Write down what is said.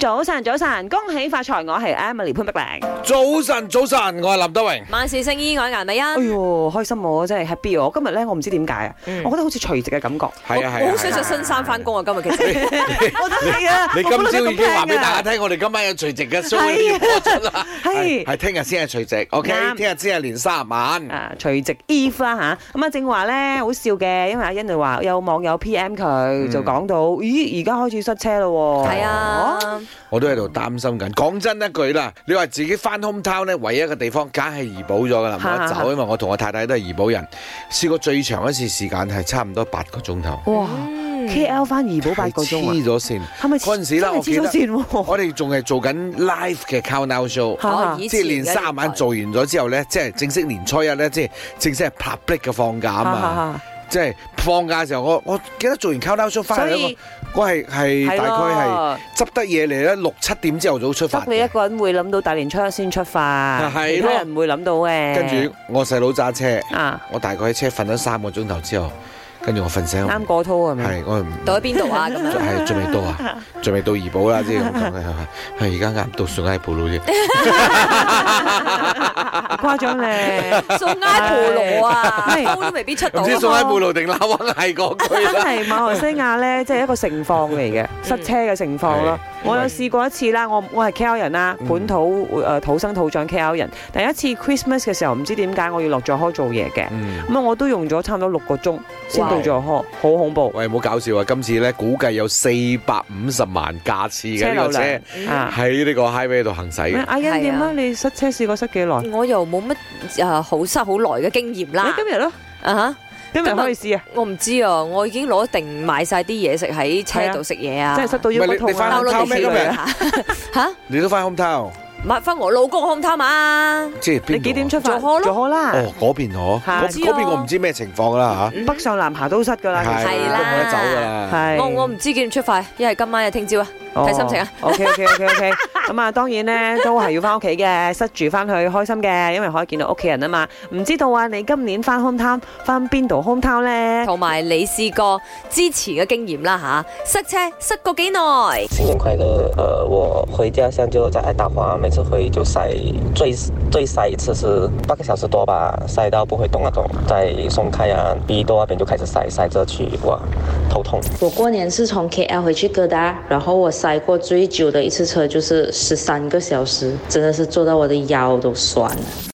早晨，早晨，恭喜發財！我係 Emily 潘碧玲。早晨，早晨，我係林德榮。萬事勝意，我係顏美欣。哎呦，開心我真係 happy 我今日咧，我唔知點解啊，嗯我覺得好似除夕嘅感覺。係啊，係我啊好想係啊。着哎新衫翻工啊！今日其實我都係啊，你我今覺得朝已經話俾咁驚啊大家聽，我哋今晚有除夕嘅 show 已係啊經播出啦。係係聽日先係除夕啱，OK？聽日先係年卅晚。啊，除夕 Eve 啦吓，咁啊正話咧好笑嘅，因為阿欣就話有網友 P.M 佢嗯就講到，咦而家開始塞車咯喎，哦係啊，我都喺度擔心緊。講真一句啦，你話自己翻 home town 咧，唯一嘅地方梗係怡保咗㗎啦，冇得嚇嚇走，因為我同我太太都係怡保人。試過最長一次時間係差唔多八個鐘頭。哇嗯，K.L 翻怡保八個鐘啊黐，咗線。係咪嗰陣時啦真係黐咗我記線喎？我哋仲係做緊 live 嘅 countdown show。嚇哦以即前係年三十晚做完咗之後咧，即係正式年初一咧，即係正式係 public 嘅放假啊嘛。嘛，即係放假嘅時候，我我記得做完 countdown show 翻所嚟啊嗰以個，我係係大概係咯執得嘢嚟咧，六七點朝頭早出發得你一嘅。個人會諗到大年初一先出發，係其他咯人唔會諗到嘅。跟住我細佬揸車，啊，我大概喺車瞓咗三個鐘頭之後，跟住我瞓醒，啱過啊套係 咪？係我唔到底邊 度啊？咁樣係仲未到啊，仲未到怡保啦，即係咁講嘅係嘛係而家啱到上街 布魯啫。啊誇張 咧，送埃婆羅啊係，都未必出到唔啊。知送喺布路定拉灣係嗰句真啦。係馬來西亞咧，即係一個盛況嚟嘅，塞車嘅盛況咯。嗯係我有試過一次啦，我我係 KL 人啦，嗯本土誒、呃土生土長 KL 人。第一次 Christmas 嘅時候，唔知點解我要落咗開做嘢嘅，嗯，咁啊我都用咗差唔多六個鐘先哇到咗開，好恐怖喂，唔好搞笑啊！今次咧估計有四百五十萬架次車嘅呢流個車量啊！喺呢個 highway 度行駛咩嘅。阿欣點係啊？啊你塞車試過塞幾耐？我又冇乜誒好塞好耐嘅經驗你啦。今日咯，啊哈今日今日可以試啊！我唔知啊，我已經攞定買晒啲嘢食喺車度食嘢啊，真係塞到唔腰係骨你你痛翻啊！兜 home 到 town 地咩市今嚟日？啊 吓，你都翻 home town，買翻我老公 home town 啊，即係邊度啊你幾點出發？做開咯做開啦！哦，嗰邊我係嗰知啊嗰邊我唔知咩情況啦嗯北上南下都塞㗎嚇，啦，係其實係啦都冇得走㗎啦。係我我唔知幾點出發，一係今晚，一係聽朝啊。睇心情啊 OK OK OK OK，咁啊，當然咧都係要翻屋企嘅，塞住翻去開心嘅，因為可以見到屋企人啊嘛。唔知道啊，你今年翻 home town 翻邊度 home town 咧？同埋你試過之前嘅經驗啦吓，塞車塞過幾耐？新年快乐！呃，我回家乡就在爱达华，每次回就晒最最晒一次是八个小时多吧，晒到不会动那种。在松开啊、B 多那边就开始晒，晒着去哇，头痛。我过年是从 KL 回去哥达，然后我塞过最久的一次车就是十三个小时，真的是坐到我的腰都酸了。